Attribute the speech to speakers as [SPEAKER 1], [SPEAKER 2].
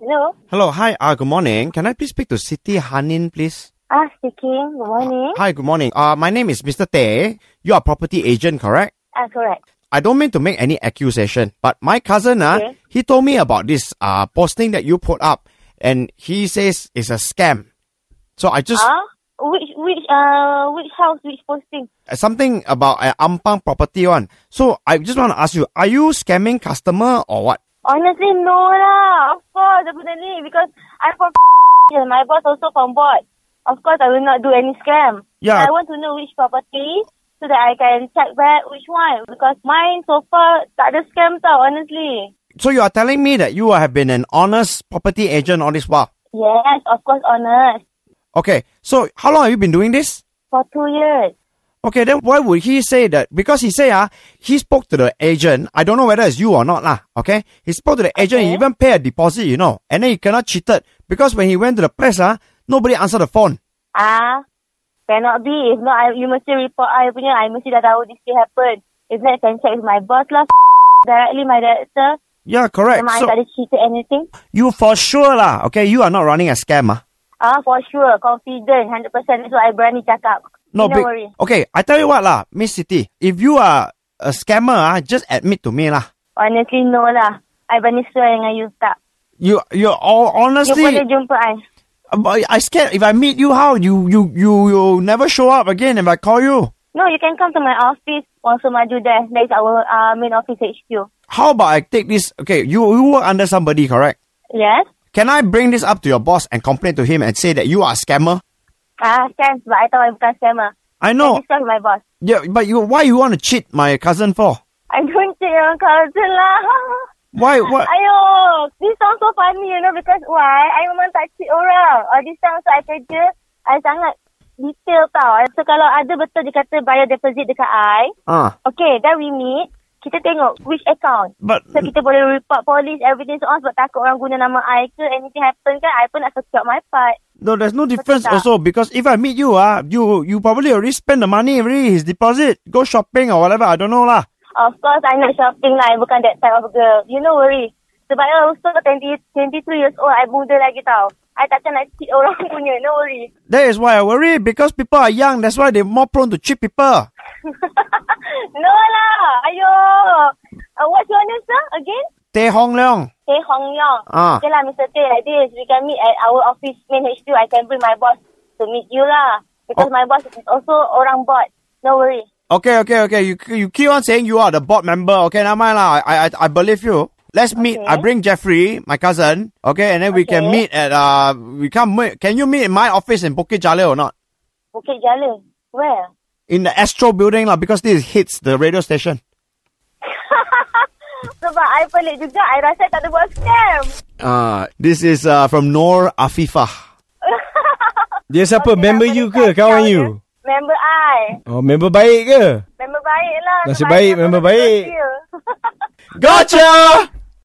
[SPEAKER 1] Hello.
[SPEAKER 2] Hello, hi, uh, good morning. Can I please speak to Siti Hanin, please?
[SPEAKER 1] Ah, speaking. Good morning.
[SPEAKER 2] Hi, good morning. Uh, my name is Mr. Tay. You are property agent, correct?
[SPEAKER 1] Ah, correct.
[SPEAKER 2] I don't mean to make any accusation, but my cousin, uh,
[SPEAKER 1] Okay.
[SPEAKER 2] he told me about this uh, posting that you put up, and he says it's a scam. So I just
[SPEAKER 1] Ah, which which uh which house which posting?
[SPEAKER 2] uh, something about uh, Ampang property one. So I just want to ask you, are you scamming customer or what?
[SPEAKER 1] Honestly, no lah. Of course, definitely because I'm from and my boss also from board. Of course, I will not do any scam.
[SPEAKER 2] Yeah.
[SPEAKER 1] I want to know which property so that I can check back which one because mine so far tak ada scam tau. Honestly.
[SPEAKER 2] So you are telling me that you have been an honest property agent all this while.
[SPEAKER 1] Yes, of course, honest.
[SPEAKER 2] Okay, so how long have you been doing this?
[SPEAKER 1] For two years.
[SPEAKER 2] Okay, then why would he say that? Because he say ah, he spoke to the agent. I don't know whether it's you or not lah. Okay, he spoke to the agent.
[SPEAKER 1] Okay.
[SPEAKER 2] He even paid a deposit, you know, and then he cannot cheated because when he went to the press ah, nobody answered the phone.
[SPEAKER 1] Ah, cannot be. If not, I, you mesti report I punya. I mesti dah tahu this thing happen. If not, I can check with my boss lah. Directly my director.
[SPEAKER 2] Yeah, correct.
[SPEAKER 1] Memang I tak
[SPEAKER 2] So
[SPEAKER 1] ada cerita anything.
[SPEAKER 2] you for sure lah. Okay, you are not running a scam ah.
[SPEAKER 1] Ah, for sure. Confident. 100%. That's what I berani cakap. Eh,
[SPEAKER 2] No,
[SPEAKER 1] no
[SPEAKER 2] big-
[SPEAKER 1] worry.
[SPEAKER 2] Okay, I tell you what lah, Miss City. If you are a scammer ah, just admit to me lah.
[SPEAKER 1] Honestly, no lah. I berani swear dengan you tak.
[SPEAKER 2] You you all
[SPEAKER 1] You
[SPEAKER 2] honestly.
[SPEAKER 1] boleh jumpa I.
[SPEAKER 2] I I scared if I meet you how you you you you never show up again if I call you.
[SPEAKER 1] No, you can come to my office. Also maju there. That is our uh, main office HQ.
[SPEAKER 2] How about I take this? Okay, you you work under somebody, correct?
[SPEAKER 1] Yes?
[SPEAKER 2] Can I bring this up to your boss and complain to him and say that you are a scammer?
[SPEAKER 1] Ah, can. But I tahu I bukan scammer. No.
[SPEAKER 2] I know.
[SPEAKER 1] I discuss with my boss.
[SPEAKER 2] Yeah, but you why you want to cheat my cousin for?
[SPEAKER 1] I don't check your cousin lah.
[SPEAKER 2] Why what?
[SPEAKER 1] Ayo, this sounds so funny, you know, because why? I memang tak cheat orang. All this time, so I kerja, I sangat detail tau. So, kalau ada betul dia kata bayar deposit dekat I,
[SPEAKER 2] Ah,
[SPEAKER 1] okay, then we meet, kita tengok which account.
[SPEAKER 2] but
[SPEAKER 1] So, kita boleh report police, everything so on sebab takut orang guna nama I ke, anything happen kan, I pun nak secure my part.
[SPEAKER 2] no, there's no difference
[SPEAKER 1] tak?
[SPEAKER 2] also because if I meet you, ah, you you probably already spend the money already his deposit, go shopping or whatever. I don't know lah.
[SPEAKER 1] Of course, I not shopping lah, I bukan that type of girl. You know, worry. Sebab I also 20, 23 years old, I muda lagi tau. I takkan nak cheat orang punya, no worry.
[SPEAKER 2] That is why I worry because people are young. That's why they're more prone to cheat people.
[SPEAKER 1] no lah. Ayo. Uh, what's your name, sir? Again?
[SPEAKER 2] Tae Hong Leong.
[SPEAKER 1] Teh Hong Yong.
[SPEAKER 2] Ah.
[SPEAKER 1] Okay lah, Mr. Teh. Like this, we can meet at our office main HQ. I can bring my boss to meet you lah. Because
[SPEAKER 2] Oh.
[SPEAKER 1] my boss is also orang board. No worry.
[SPEAKER 2] Okay, okay, okay. You you keep on saying you are the board member. Okay, never mind lah. I I I believe you. Let's meet.
[SPEAKER 1] Okay.
[SPEAKER 2] I bring Jeffrey, my cousin. Okay, and then we
[SPEAKER 1] Okay.
[SPEAKER 2] can meet at uh we can meet. Can you meet in my office in Bukit Jalil or not?
[SPEAKER 1] Bukit Jalil. Where?
[SPEAKER 2] In the Astro building lah because this hits the radio station.
[SPEAKER 1] Sebab I pelik juga. I rasa tak ada buat scam.
[SPEAKER 3] Ah,
[SPEAKER 2] Uh this is uh from Nor Afifah.
[SPEAKER 3] Dia siapa?
[SPEAKER 1] Okay lah,
[SPEAKER 3] member
[SPEAKER 1] boleh
[SPEAKER 3] you
[SPEAKER 1] tak
[SPEAKER 3] ke? Kawan
[SPEAKER 1] tahu
[SPEAKER 3] you?
[SPEAKER 1] dia? Member I.
[SPEAKER 3] Oh, member baik ke?
[SPEAKER 1] Member baik lah.
[SPEAKER 3] Nasib
[SPEAKER 1] sebab I
[SPEAKER 3] baik,
[SPEAKER 1] tak
[SPEAKER 3] member
[SPEAKER 1] follow
[SPEAKER 3] baik.
[SPEAKER 1] social.
[SPEAKER 2] Gotcha.